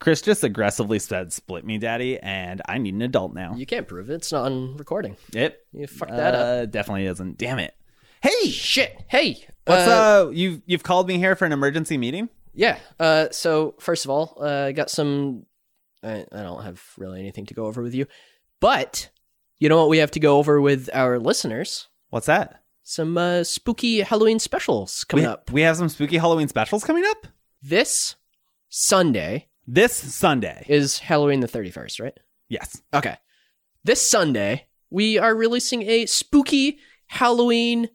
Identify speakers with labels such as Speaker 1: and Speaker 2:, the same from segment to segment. Speaker 1: Chris just aggressively said, "Split me, daddy," and I need an adult now.
Speaker 2: You can't prove it. It's not on recording.
Speaker 1: Yep.
Speaker 2: You fucked that up.
Speaker 1: Uh, definitely isn't. Damn it. Hey,
Speaker 2: Shit. Hey.
Speaker 1: what's
Speaker 2: uh,
Speaker 1: uh you've you've called me here for an emergency meeting?
Speaker 2: Yeah. Uh, so first of all, uh, I got some. I, I don't have really anything to go over with you, but you know what? We have to go over with our listeners
Speaker 1: What's that?
Speaker 2: some uh, spooky Halloween specials
Speaker 1: We,
Speaker 2: coming up
Speaker 1: we have some spooky Halloween specials coming up
Speaker 2: this Sunday.
Speaker 1: this Sunday.
Speaker 2: Is Halloween the thirty first, right?
Speaker 1: Yes.
Speaker 2: Okay. This Sunday, we are releasing a spooky Halloween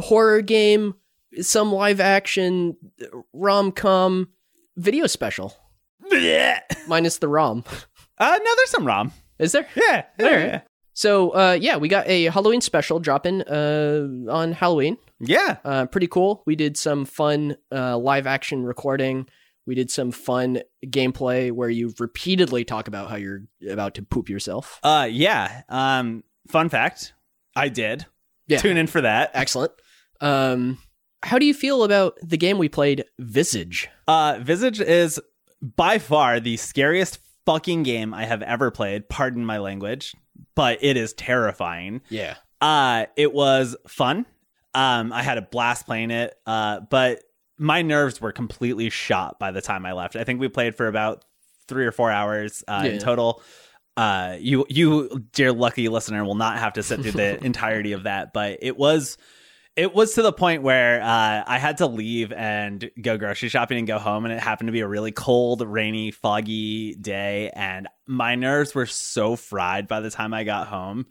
Speaker 2: horror game, some live action rom com video special,
Speaker 1: Blech.
Speaker 2: minus the rom.
Speaker 1: Uh, no, Uh, there's some rom.
Speaker 2: Is there?
Speaker 1: Yeah.
Speaker 2: All right.
Speaker 1: Yeah.
Speaker 2: So, uh, yeah, we got a Halloween special dropping uh, on Halloween.
Speaker 1: Yeah.
Speaker 2: Uh, pretty cool. We did some fun uh, live action recording. We did some fun gameplay where you repeatedly talk about how you're about to poop yourself.
Speaker 1: Uh, yeah. Um, fun fact, I did.
Speaker 2: Yeah.
Speaker 1: Tune in for that.
Speaker 2: Excellent. Um, how do you feel about the game we played, Visage?
Speaker 1: Uh, Visage is by far the scariest fucking game I have ever played. Pardon my language, but it is terrifying.
Speaker 2: Yeah.
Speaker 1: Uh, it was fun. Um, I had a blast playing it. Uh, but my nerves were completely shot by the time I left. I think we played for about three or four hours uh,
Speaker 2: Yeah.
Speaker 1: in total. Uh, you, you, dear lucky listener, will not have to sit through the entirety of that. But it was, it was to the point where uh, I had to leave and go grocery shopping and go home. And it happened to be a really cold, rainy, foggy day, and my nerves were so fried by the time I got home.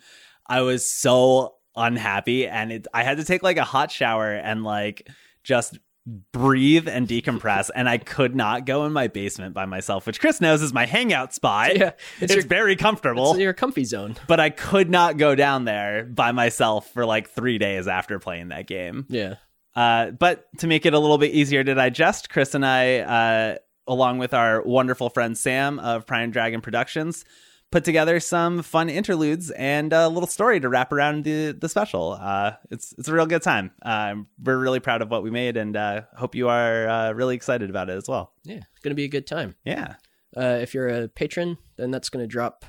Speaker 1: I was so unhappy, and it, I had to take like a hot shower and like just breathe and decompress. and I could not go in my basement by myself, which Chris knows is my hangout spot.
Speaker 2: Yeah, it's
Speaker 1: It's,
Speaker 2: your-
Speaker 1: very comfortable
Speaker 2: It's your comfy zone.
Speaker 1: but I could not go down there by myself for like three days after playing that game.
Speaker 2: Yeah.
Speaker 1: Uh, but to make it a little bit easier to digest, Chris and I, uh, along with our wonderful friend Sam of Prime Dragon Productions, put together some fun interludes and a little story to wrap around the the special. Uh, it's it's a real good time. Uh, we're really proud of what we made, and uh, hope you are uh, really excited about it as well.
Speaker 2: Yeah. It's going to be a good time.
Speaker 1: Yeah,
Speaker 2: Uh, if you're a patron, then that's going to drop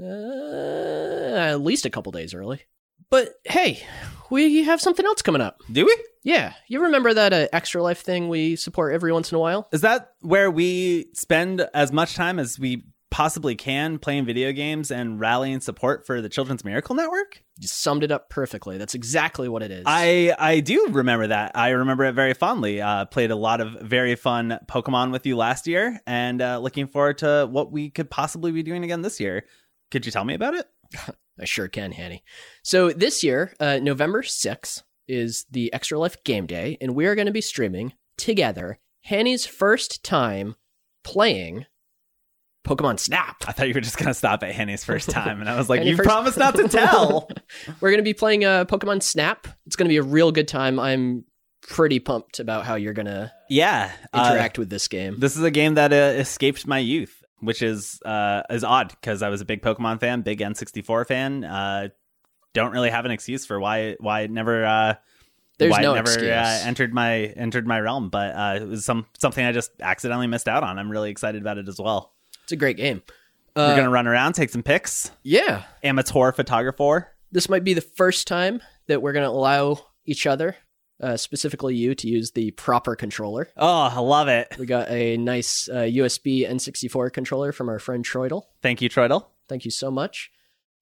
Speaker 2: uh, at least a couple days early. But hey, we have something else coming up.
Speaker 1: do we?
Speaker 2: Yeah. You remember that uh, Extra Life thing we support every once in a while?
Speaker 1: Is that where we spend as much time as we possibly can playing video games and rallying support for the Children's Miracle Network?
Speaker 2: You summed it up perfectly. That's exactly what it is.
Speaker 1: I I do remember that. I remember it very fondly. Uh, played a lot of very fun Pokemon with you last year, and uh, looking forward to what we could possibly be doing again this year. Could you tell me about it?
Speaker 2: I sure can, Hanny. So this year, uh, November 6th is the Extra Life Game Day, and we are going to be streaming together Hanny's first time playing Pokemon Snap.
Speaker 1: I thought you were just gonna stop at Henny's first time, and I was like,
Speaker 2: Henny
Speaker 1: "You
Speaker 2: first-
Speaker 1: promised not to tell."
Speaker 2: We're going to be playing uh, Pokemon Snap. It's going to be a real good time. I'm pretty pumped about how you're going to
Speaker 1: yeah, uh,
Speaker 2: interact with this game.
Speaker 1: This is a game that uh, escaped my youth, which is uh, is odd because I was a big Pokemon fan, big N64 fan. Uh, don't really have an excuse for why why it never uh,
Speaker 2: There's
Speaker 1: why it
Speaker 2: no
Speaker 1: never
Speaker 2: excuse.
Speaker 1: Uh, entered my entered my realm, but uh, it was some something I just accidentally missed out on. I'm really excited about it as well.
Speaker 2: it's a great game.
Speaker 1: We're
Speaker 2: Uh,
Speaker 1: gonna run around, take some pics,
Speaker 2: yeah,
Speaker 1: amateur photographer.
Speaker 2: this might be the first time that we're going to allow each other, uh, specifically you, to use the proper controller.
Speaker 1: Oh, I love it!
Speaker 2: We got a nice uh, USB N64 controller from our friend Troidel.
Speaker 1: Thank you, Troidel.
Speaker 2: Thank you so much.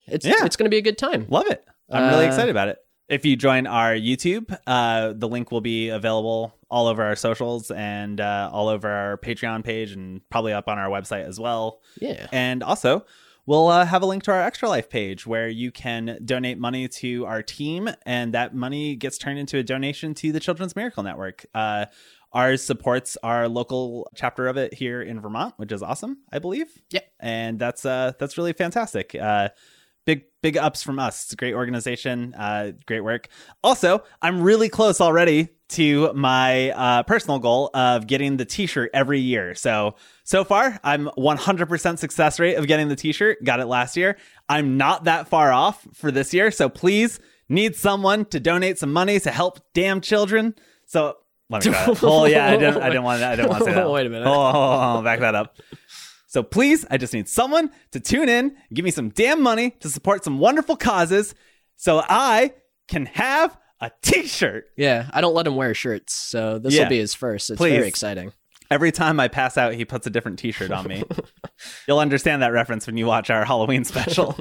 Speaker 2: It's
Speaker 1: Yeah.
Speaker 2: it's going to be a good time.
Speaker 1: Love it. I'm really
Speaker 2: Uh,
Speaker 1: excited about it. If you join our YouTube, uh, the link will be available all over our socials and uh, all over our Patreon page and probably up on our website as well.
Speaker 2: Yeah.
Speaker 1: And also, we'll uh, have a link to our Extra Life page where you can donate money to our team, and that money gets turned into a donation to the Children's Miracle Network. Uh, ours supports our local chapter of it here in Vermont, which is awesome, I believe.
Speaker 2: Yeah.
Speaker 1: and that's uh, that's really fantastic. Uh, Big big ups from us. It's a great organization. Uh, great work. Also, I'm really close already to my uh, personal goal of getting the T-shirt every year. So so far, I'm 100% success rate of getting the T-shirt. Got it last year. I'm not that far off for this year. So please need someone to donate some money to help damn children. So let me try that. Oh yeah, I didn't. I didn't want. to- I didn't want to say that.
Speaker 2: Wait a minute.
Speaker 1: Oh, back that up. So please, I just need someone to tune in, give me some damn money to support some wonderful causes so I can have a t shirt.
Speaker 2: Yeah, I don't let him wear shirts, so this
Speaker 1: Yeah.
Speaker 2: will be his first. It's
Speaker 1: Please.
Speaker 2: very exciting.
Speaker 1: Every time I pass out, he puts a different t shirt on me. You'll understand that reference when you watch our Halloween special.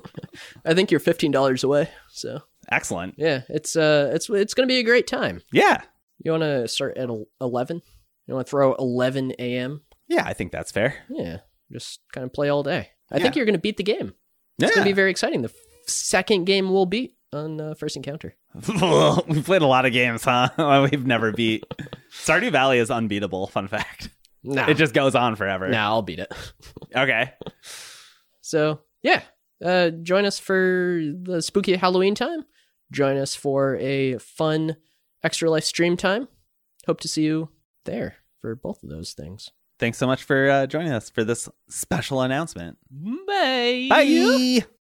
Speaker 2: I think you're fifteen dollars away. So
Speaker 1: Excellent.
Speaker 2: yeah, it's uh, it's it's gonna be a great time.
Speaker 1: Yeah.
Speaker 2: You want to start at eleven? You want to throw eleven a.m.
Speaker 1: Yeah, I think that's fair.
Speaker 2: Yeah, just kind of play all day. I think
Speaker 1: Yeah.
Speaker 2: you're gonna beat the game.
Speaker 1: Yeah.
Speaker 2: It's gonna be very exciting. The f- second game we'll beat on uh, first encounter.
Speaker 1: We've played a lot of games, huh? We've never beat. Stardew Valley is unbeatable, fun fact.
Speaker 2: Nah,
Speaker 1: It just goes on forever.
Speaker 2: nah, I'll beat it.
Speaker 1: Okay.
Speaker 2: So yeah, uh, join us for the spooky Halloween time. Join us for a fun extra life stream time. Hope to see you there for both of those things.
Speaker 1: Thanks so much for uh, joining us for this special announcement.
Speaker 2: Bye.
Speaker 1: Bye.